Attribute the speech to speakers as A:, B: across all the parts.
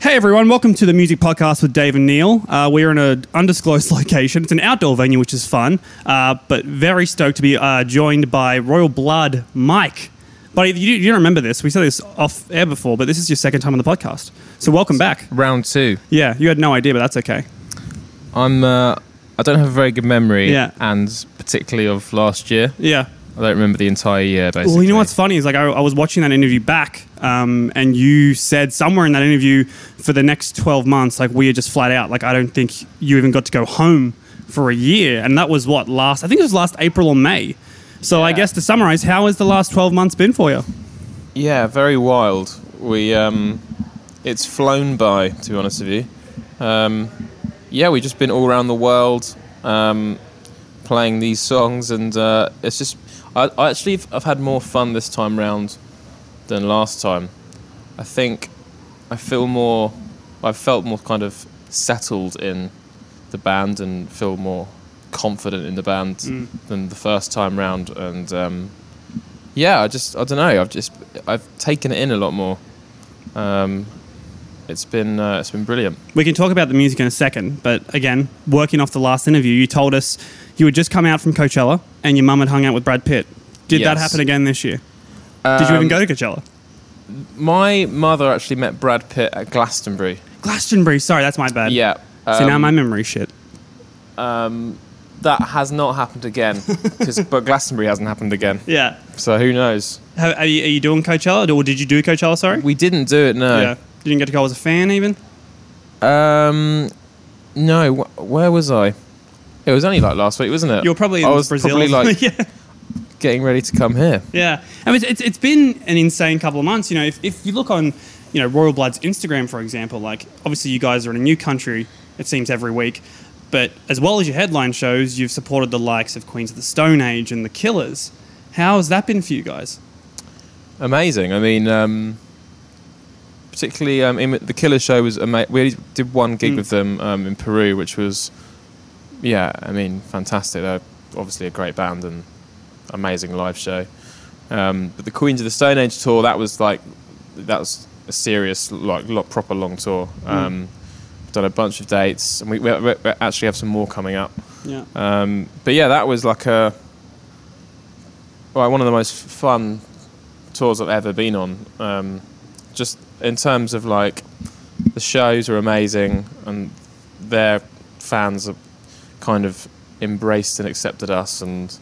A: Hey everyone, welcome to the music podcast with Dave and Neil. Uh, we are in an undisclosed location. It's an outdoor venue, which is fun, uh, but very stoked to be uh, joined by Royal Blood Mike. But you, you don't remember this. We said this off air before, but this is your second time on the podcast. So welcome back.
B: Round two.
A: Yeah, you had no idea, but that's okay.
B: I'm. Uh, I don't have a very good memory,
A: Yeah.
B: and particularly of last year.
A: Yeah.
B: I don't remember the entire year. Basically,
A: Well, you know what's funny is like I, I was watching that interview back, um, and you said somewhere in that interview for the next twelve months, like we are just flat out. Like I don't think you even got to go home for a year, and that was what last. I think it was last April or May. So I
B: Yeah.
A: guess to summarize, how has the last twelve months been for you?
B: Yeah, very wild. We. Um, it's flown by, to be honest with you. Um, yeah, we've just been all around the world um, playing these songs, and uh, it's just. I, I actually, I've had more fun this time round than last time. I think I feel more. I've felt more kind of settled in the band and feel more confident in the band than the first time round. And um, yeah, I just I don't know. I've just I've taken it in a lot more. Um, it's been uh, it's been brilliant.
A: We can talk about the music in a second, but again, working off the last interview, you told us you had just come out from Coachella and your mum had hung out with Brad Pitt. Did that
B: Yes. Um,
A: happen again this year? Did you even go to Coachella?
B: My mother actually met Brad Pitt at Glastonbury.
A: Glastonbury, sorry, that's my bad.
B: Yeah.
A: so now
B: um,
A: my memory shit.
B: that has not happened again, 'cause- but Glastonbury hasn't happened again.
A: Yeah.
B: So who knows?
A: How, are, you, are you doing Coachella, or did you do Coachella? Sorry.
B: We didn't do it. No.
A: Yeah. You didn't get to go as a fan, even.
B: Um, no. Wh- where was I? It was only like last week, wasn't it?
A: You were probably in
B: I was
A: Brazil.
B: probably like
A: yeah.
B: getting ready to come here.
A: Yeah. I mean, it's, it's been an insane couple of months. You know, if, if you look on, you know, Royal Blood's Instagram, for example, like obviously you guys are in a new country, it seems every week, but as well as your headline shows, you've supported the likes of Queens of the Stone Age and the Killers. How has that been for you guys?
B: Amazing. I mean, um, particularly um, in the Killer Show was amazing. We only did one gig with them um, in Peru, which was, yeah, I mean, fantastic. They're obviously a great band and amazing live show. Um, but the Queens of the Stone Age tour, that was like, that was a serious, like, lot, proper long tour. Um, Done a bunch of dates, and we, we, we actually have some more coming up.
A: Yeah.
B: Um, but yeah, that was like a well, one of the most fun tours I've ever been on. Um, just in terms of like the shows are amazing and their fans have kind of embraced and accepted us and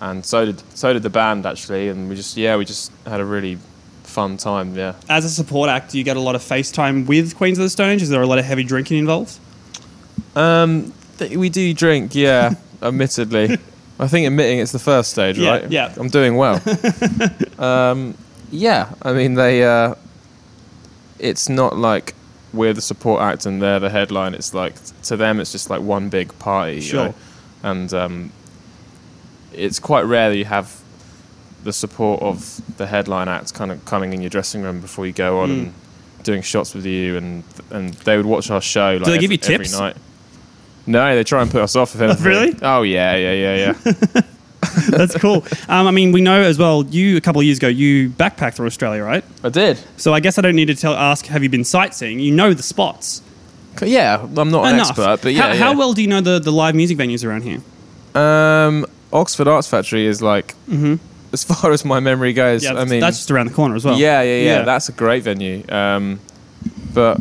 B: and so did so did the band actually and we just yeah we just had a really fun time yeah
A: As a support act, do you get a lot of FaceTime with Queens of the Stone Age? Is there a lot of heavy drinking involved?
B: um th- we do drink yeah admittedly I think admitting it's the first stage
A: Yeah,
B: right
A: yeah.
B: I'm doing well Um, Yeah, I mean they. Uh, it's not like we're the support act and they're the headline. It's like to them, it's just like one big party. you
A: Sure.
B: know? And um, it's quite rare that you have the support of the headline act kind of coming in your dressing room before you go
A: Hmm.
B: on and doing shots with you, and and they would watch our show. Like,
A: they give
B: every,
A: you
B: every
A: tips?
B: night? No, they try and put us off. If anything.
A: Really?
B: Oh yeah, yeah, yeah, yeah.
A: That's cool. Um, I mean, we know as well. You a couple of years ago, you backpacked through Australia, right?
B: I did.
A: So I guess I don't need to tell, ask. Have you been sightseeing? You know the spots.
B: Yeah, I'm not an
A: Enough.
B: expert, but yeah.
A: how,
B: yeah.
A: how well do you know the, the live music venues around here?
B: Um, Oxford Arts Factory is like, as far as my memory goes.
A: Mm-hmm. Yeah,
B: I mean,
A: that's just around the corner as well.
B: yeah, yeah, yeah, That's a great venue. Um, but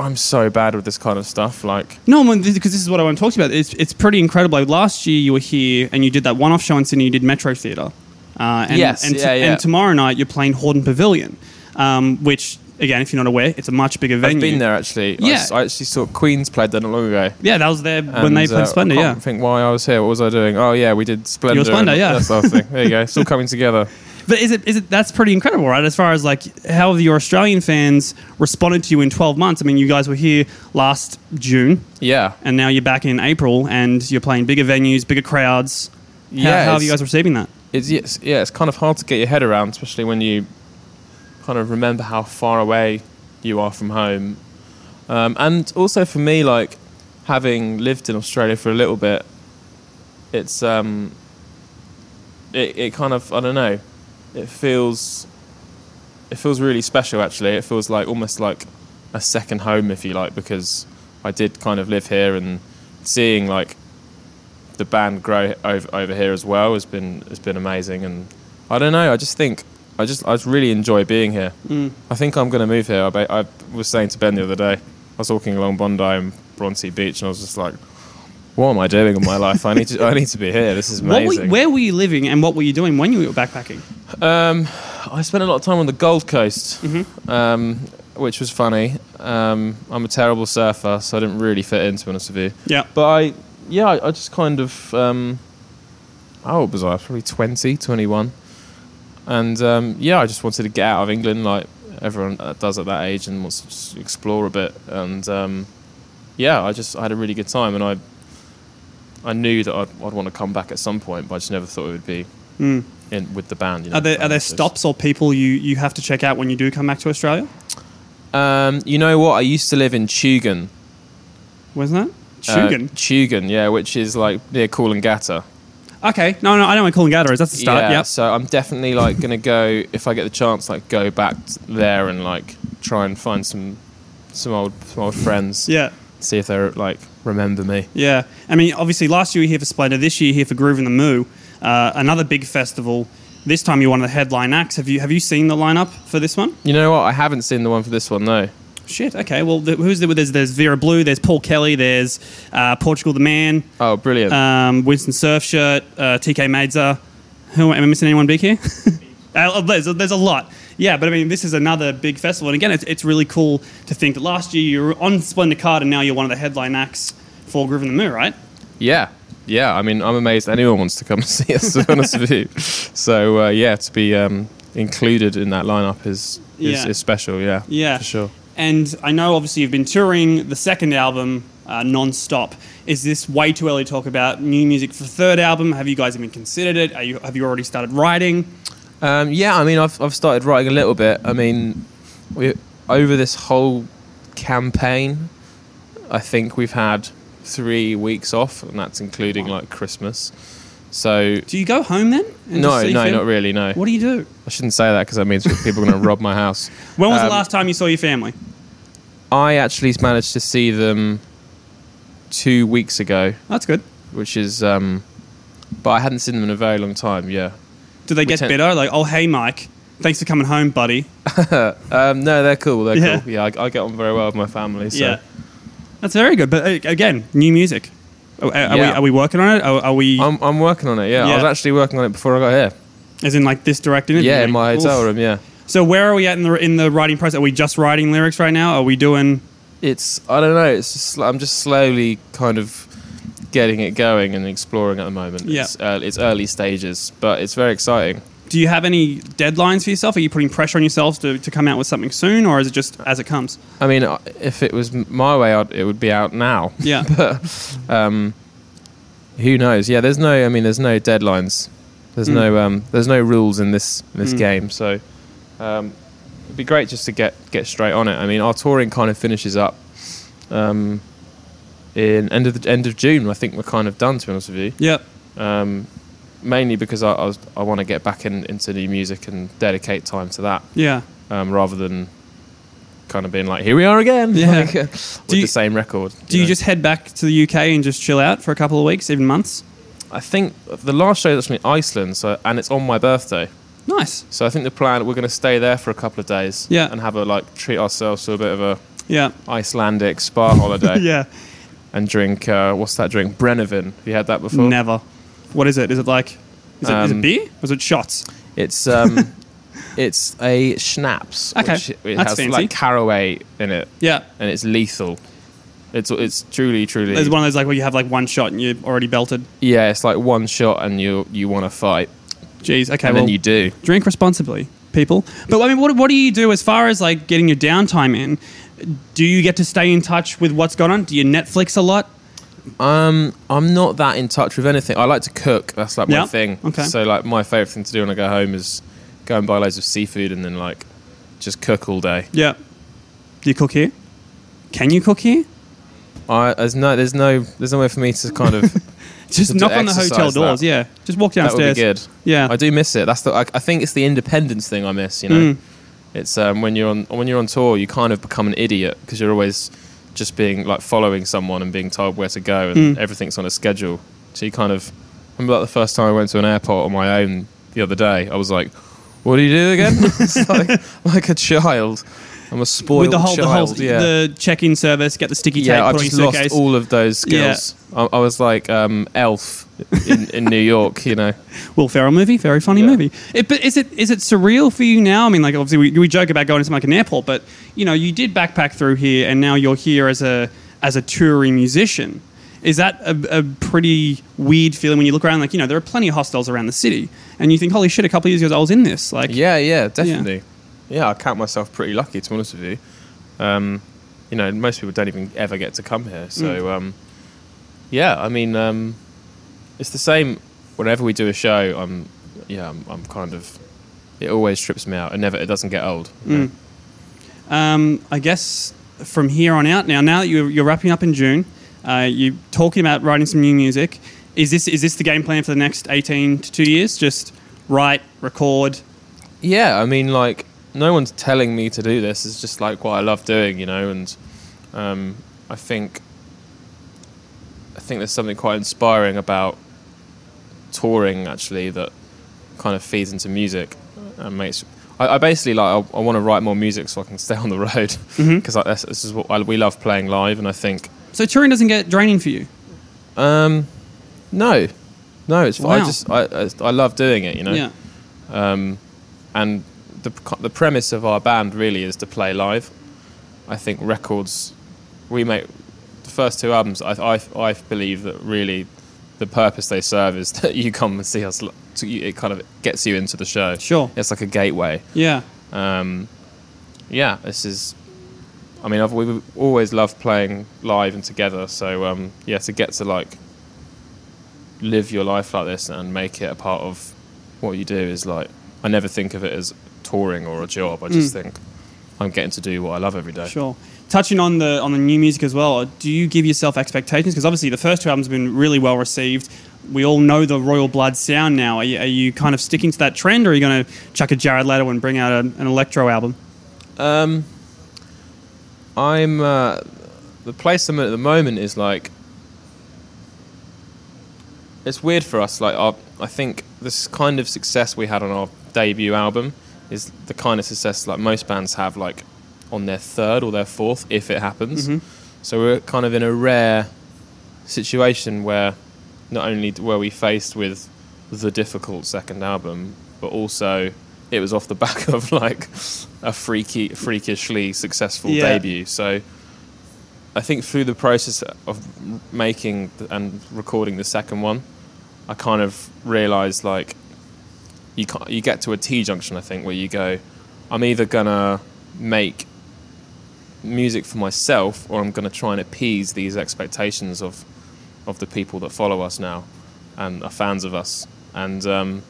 B: I'm so bad with this kind of stuff. Like,
A: no, because this, 'cause this is what I want to talk about. It's it's pretty incredible. Like, last year you were here and you did that one off show in Sydney. You did Metro Theatre. Uh, and,
B: Yes,
A: and, to-
B: yeah, yeah.
A: and tomorrow night you're playing Horden Pavilion, um, which again, if you're not aware, it's a much bigger venue.
B: I've been there actually. I
A: Yeah.
B: s- I, actually saw Queens played there not long ago.
A: Yeah, that was there when they
B: And,
A: played
B: uh,
A: Splendor.
B: I
A: Yeah,
B: can't think why I was here. What was I doing? Oh yeah, we did Splendor. and
A: Splendor, yeah.
B: That sort of thing. There you go. It's all coming together.
A: But is it is it that's pretty incredible, right? As far as like how have your Australian fans responded to you in twelve months? I mean, you guys were here last June,
B: Yeah.
A: and now you're back in April, and you're playing bigger venues, bigger crowds. How,
B: Yeah,
A: how are you
B: it's-
A: guys receiving that?
B: it's, it's yeah, it's kind of hard to get your head around, especially when you kind of remember how far away you are from home. Um, and also for me, like having lived in Australia for a little bit, it's um, it, it kind of I don't know, it feels it feels really special actually. It feels like almost like a second home, if you like, because I did kind of live here and seeing like the band grow over, over here as well has been has been amazing. And I don't know, I just think I just I just really enjoy being here.
A: Mm.
B: I think I'm going to move here. I, ba- I was saying to Ben the other day, I was walking along Bondi and Bronte Beach, and I was just like, "What am I doing in my life? I need to I need to be here. This is
A: What
B: amazing."
A: were you- where were you living and what were you doing when you were backpacking?
B: Um, I spent a lot of time on the Gold Coast, um, which was funny. Um, I'm a terrible surfer, so I didn't really fit in, to be honest with you.
A: Yeah.
B: But I, yeah, I, I just kind of, um, how old was I? Probably 20, 21. And um, yeah, I just wanted to get out of England like everyone uh, does at that age and wants to just explore a bit. And um, yeah, I just I had a really good time and I, I knew that I'd, I'd want to come back at some point, but I just never thought it would be in, with the band. You know,
A: Hmm. Are there, are
B: Um,
A: there
B: so it's-
A: stops or people you, you have to check out when you do come back to Australia?
B: Um, you know what? I used to live in Tugan.
A: Where's that?
B: Uh,
A: Shugan.
B: Tugan, yeah, which is like near Coolangatta.
A: okay. No, no, I know where Coolangatta is. That's the start.
B: Yeah,
A: Yep.
B: so I'm definitely like gonna go if I get the chance, like go back t- there and like try and find some some old some old friends.
A: Yeah.
B: See if they're like remember me.
A: Yeah, I mean, obviously, last year you were here for Splatter, this year you're here for Groove in the Moo, uh, another big festival. This time you're one of the headline acts. Have you have you seen the lineup for this one?
B: You know what? I haven't seen the one for this one though.
A: Shit. Okay. Well, th- who's there? There's there's Vera Blue. There's Paul Kelly. There's uh, Portugal the Man.
B: Oh, brilliant!
A: Um, Winston Surfshirt. Uh, TK Madza. Who am I missing? Anyone big here? Uh, there's, there's a lot. Yeah, but I mean, this is another big festival, and again, it's, it's really cool to think that last year you were on Splendor Card, and now you're one of the headline acts for Groove in the Moo, right?
B: yeah, yeah. I mean, I'm amazed anyone wants to come see us. To be honest with you, so uh, yeah, to be um, included in that lineup is is,
A: Yeah.
B: is special. Yeah,
A: Yeah.
B: for sure.
A: And I know obviously you've been touring the second album uh, non stop. Is this way too early to talk about new music for the third album? Have you guys even considered it? Are you, have you already started writing?
B: Um, yeah, I mean, I've, I've started writing a little bit. I mean, we, over this whole campaign, I think we've had three weeks off, and that's including like Christmas. So,
A: Do you go home then? and
B: no,
A: just
B: no,
A: see fam-
B: not really, no.
A: What do you do?
B: I shouldn't say that because that means people are going to rob my house.
A: When was
B: Um,
A: the last time you saw your family?
B: I actually managed to see them two weeks ago,
A: That's good.
B: which is, um, but I hadn't seen them in a very long time, yeah.
A: Do they get
B: tend-
A: bitter? Like, oh, hey, Mike, thanks for coming home, buddy.
B: Um, no, they're cool, they're
A: Yeah.
B: cool. Yeah, I, I get on very well with my family, so.
A: Yeah. That's very good. But uh, again, new music. Are, are- are we,
B: Yeah. Um,
A: are we working on it? Are, are we,
B: I'm, I'm working on it. Yeah. I was
A: Yeah.
B: actually working on it before I got here.
A: as in, like, this directing it?
B: Yeah, in
A: Like,
B: my hotel
A: oof.
B: room. Yeah,
A: So where are we at in the in the writing process? Are we just writing lyrics right now? Are we doing?
B: it's I don't know. It's just I'm just slowly kind of getting it going and exploring at the moment.
A: Yeah.
B: it's, early, it's early stages, but it's very exciting.
A: Do you have any deadlines for yourself? Are you putting pressure on yourselves to, to come out with something soon, or is it just as it comes?
B: I mean, I- if it was m- my way, I'd, it would be out now.
A: Yeah,
B: Um, who knows? Yeah, there's no. I mean, there's no deadlines. There's
A: Hmm.
B: no. Um, there's no rules in this in this game. So, um, it'd be great just to get get straight on it. I mean, our touring kind of finishes up um, in end of the end of June. I think we're kind of done. To be honest with you,
A: yeah,
B: um, mainly because I I, was- I want to get back in, into new music and dedicate time to that
A: yeah.
B: um, rather than kind of being like, here we are again,
A: Yeah.
B: like, uh, with
A: you-
B: the same record.
A: Do you
B: know?
A: just head back to the UK and just chill out for a couple of weeks, even months?
B: I think the last show that's in Iceland, so and it's on my birthday.
A: Nice.
B: So I think the plan we're going to stay there for a couple of days,
A: Yeah.
B: and have a like treat ourselves to a bit of a
A: Yeah,
B: Icelandic spa holiday,
A: yeah.
B: and drink uh, what's that drink? Brennivin. Have you had that before?
A: Never. What is it? Is it like? Is it, is it
B: Um,
A: beer? Or is it shots?
B: It's um, it's a schnapps.
A: Okay,
B: which it
A: that's
B: has
A: fancy.
B: like caraway in it,
A: Yeah.
B: and it's lethal. It's it's truly truly.
A: There's one of those like where you have like one shot and you're already belted.
B: yeah, it's like one shot, and you you want to fight,
A: Jeez. Okay.
B: and
A: well,
B: then you do.
A: drink responsibly, people. But I mean, what, what do you do as far as like getting your downtime in? Do you get to stay in touch with what's going on? Do you Netflix a lot?
B: Um, I'm not that in touch with anything. I like to cook. That's like my
A: Yeah,
B: thing.
A: okay.
B: So like my favorite thing to do when I go home is go and buy loads of seafood and then like just cook all day.
A: Yeah. Do you cook here? Can you cook here?
B: I there's no there's no there's no way for me to kind of
A: Just
B: To
A: knock on the
B: exercise
A: hotel
B: that.
A: doors. Yeah. Just walk
B: that would be
A: downstairs.
B: good.
A: Yeah. Mm.
B: I do miss it. That's the I, I think it's the independence thing I miss. You know, It's um, when you're on when you're on tour, you kind of become an idiot because you're always just being like following someone and being told where to go,
A: Mm.
B: and everything's on a schedule. So you kind of remember like the first time I went to an airport on my own the other day. I was like, "What do you do again?" it's like, like a child. I'm a spoiled
A: With the whole, the whole
B: child. yeah.
A: the check-in service, get the sticky tape,
B: Yeah, I've
A: put on
B: just
A: your
B: lost
A: suitcase.
B: all of those skills. I, I was like um, Elf in, in New York, you know.
A: Will Ferrell movie, very funny
B: Yeah.
A: movie. It, but is it is it surreal for you now? I mean, like obviously we, we joke about going to like an airport, but you know you did backpack through here, and now you're here as a as a touring musician. Is that a, a pretty weird feeling when you look around? Like you know there are plenty of hostels around the city, and you think, holy shit, a couple of years ago I was in this. Like
B: Yeah, yeah, definitely. Yeah. I count myself pretty lucky, to be honest with you. Um, you know, most people don't even ever get to come here. So, um, yeah, I mean, um, it's the same. Whenever we do a show, I'm, yeah, I'm, I'm kind of. It always trips me out. It never, it doesn't get old. you know.
A: um, I guess from here on out now, now that you're, you're wrapping up in June, uh, you're talking about writing some new music. Is this is this the game plan for the next eighteen to two years? Just write, record.
B: Yeah, I mean, like, no one's telling me to do this. It's just like what I love doing, you know. And um, I think, I think there's something quite inspiring about touring, actually, that kind of feeds into music and makes. I, I basically like. I, I want to write more music so I can stay on the road
A: Mm-hmm.
B: because that's this is what I, we love playing live, and I think
A: So touring doesn't get draining for you.
B: um, no, no, it's I
A: Wow.
B: just I, I I love doing it, you know.
A: Yeah.
B: um, and the the premise of our band really is to play live. I think records we make the first two albums. I I, I believe that really the purpose they serve is that you come and see us. li- To you, it kind of gets you into the show.
A: Sure.
B: it's like a gateway.
A: Yeah.
B: Um, yeah, this is. I mean, I've we've always loved playing live and together. So um, yeah, to get to like live your life like this and make it a part of what you do is like I never think of it as touring or a job. I just think I'm getting to do what I love every day.
A: Sure. Touching on the on the new music as well, do you give yourself expectations? Because obviously the first two albums have been really well received. We all know the Royal Blood sound now. Are you, are you kind of sticking to that trend, or are you going to chuck a Jared Leto and bring out an, an electro album?
B: Um, I'm uh, the place I'm at at the moment is like it's weird for us. Like our, I think this kind of success we had on our debut album is the kind of success like most bands have like on their third or their fourth, if it happens. So we're kind of in a rare situation where not only d- were we faced with the difficult second album, but also it was off the back of like a freaky, freakishly successful
A: Yeah.
B: debut. So I think through the process of making th- and recording the second one, I kind of realised like you can you get to a T junction, I think, where you go, I'm either gonna make music for myself or I'm going to try and appease these expectations of of the people that follow us now and are fans of us and um,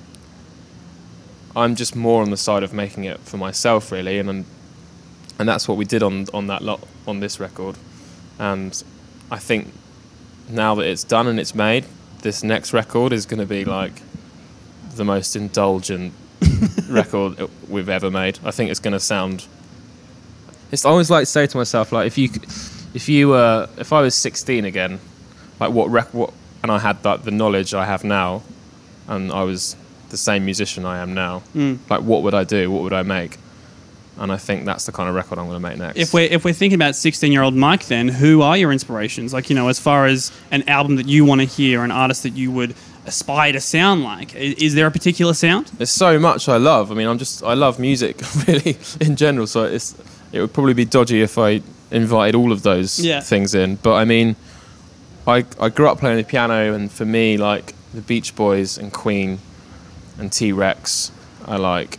B: I'm just more on the side of making it for myself really and and, and that's what we did on on that lot on this record and I think now that it's done and it's made this next record is going to be like the most indulgent record we've ever made I think it's going to sound it's I always like to say to myself like if you if you uh, if I was 16 again like what rec- what and I had that the knowledge I have now and I was the same musician I am now like what would I do what would I make and I think that's the kind of record I'm going to make next
A: If we're if we're thinking about sixteen year old Mike, then who are your inspirations? Like you know, as far as an album that you want to hear, an artist that you would aspire to sound like, is, is there a particular sound?
B: there's so much I love. I mean, I'm just I love music really in general. So it's it would probably be dodgy if I invited all of those
A: Yeah.
B: things in. But I mean, I I grew up playing the piano, and for me, like the Beach Boys and Queen and T Rex, I like.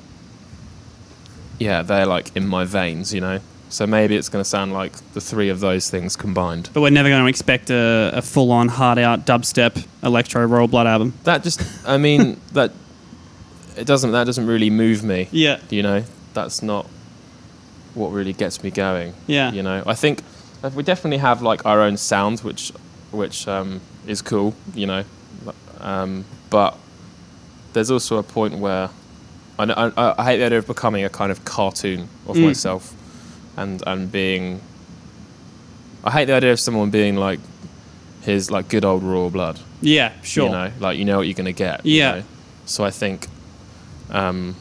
B: Yeah, they're like in my veins, you know. So maybe it's going to sound like the three of those things combined.
A: But we're never going to expect a, a full on hard out dubstep electro Royal Blood album.
B: That just, I mean, that it doesn't that doesn't really move me.
A: Yeah.
B: you know that's not what really gets me going
A: Yeah.
B: you know i think uh, we definitely have like our own sound which which um, is cool you know um, but there's also a point where I, kn- I, I hate the idea of becoming a kind of cartoon of
A: Mm.
B: myself, and and being. I hate the idea of someone being like, here's like good old raw blood.
A: Yeah, sure.
B: You know, like you know what you're gonna get.
A: Yeah.
B: You know? So I think, um,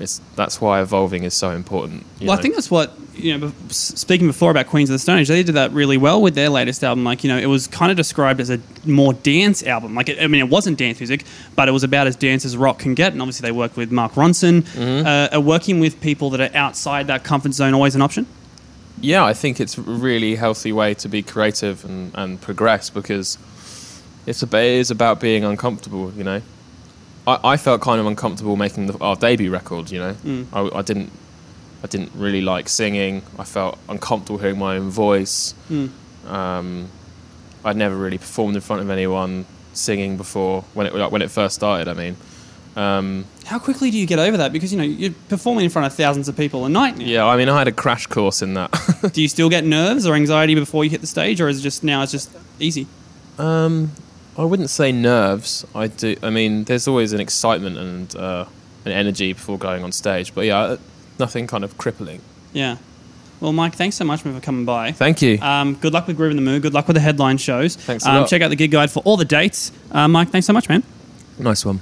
B: it's that's why evolving is so important. you
A: well, I
B: know?
A: think that's what you know. bef- s- Speaking before about Queens of the Stone Age, they did that really well with their latest album. Like you know, it was kind of described as a more dance album. Like it, I mean, it wasn't dance music, but it was about as dance as rock can get. And obviously, they worked with Mark Ronson.
B: Mm-hmm.
A: Uh, are working with people that are outside that comfort zone always an option?
B: yeah, I think it's a really healthy way to be creative and, and progress because it's about, it is about being uncomfortable, you know. I, I felt kind of uncomfortable making the, our debut record, you know. I, I didn't I didn't really like singing. I felt uncomfortable hearing my own voice. Um, I'd never really performed in front of anyone singing before when it like, when it first started. I mean, um,
A: How quickly do you get over that? Because you know you're performing in front of thousands of people a night now.
B: yeah. I mean, I had a crash course in that.
A: Do you still get nerves or anxiety before you hit the stage, or is it just now it's just easy?
B: Um, I wouldn't say nerves. I do. I mean, there's always an excitement and uh, an energy before going on stage. But yeah, nothing kind of crippling.
A: Yeah. Well, Mike, thanks so much for coming by.
B: Thank you.
A: Um, good luck with Groove in the Mood. Good luck with the headline shows.
B: Thanks a
A: um,
B: lot.
A: Check out the gig guide for all the dates. Uh, Mike, thanks so much, man.
B: nice one.